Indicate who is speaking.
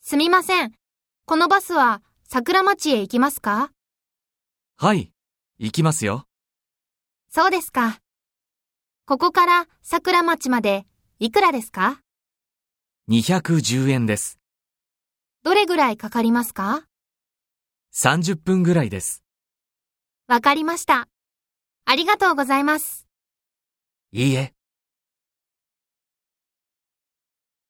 Speaker 1: すみません。このバスは桜町へ行きますか
Speaker 2: はい、行きますよ。
Speaker 1: そうですか。ここから桜町までいくらですか
Speaker 2: 210円です。
Speaker 1: どれぐらいかかりますか
Speaker 2: 30分ぐらいです。
Speaker 1: わかりました。ありがとうございます。
Speaker 2: いいえ。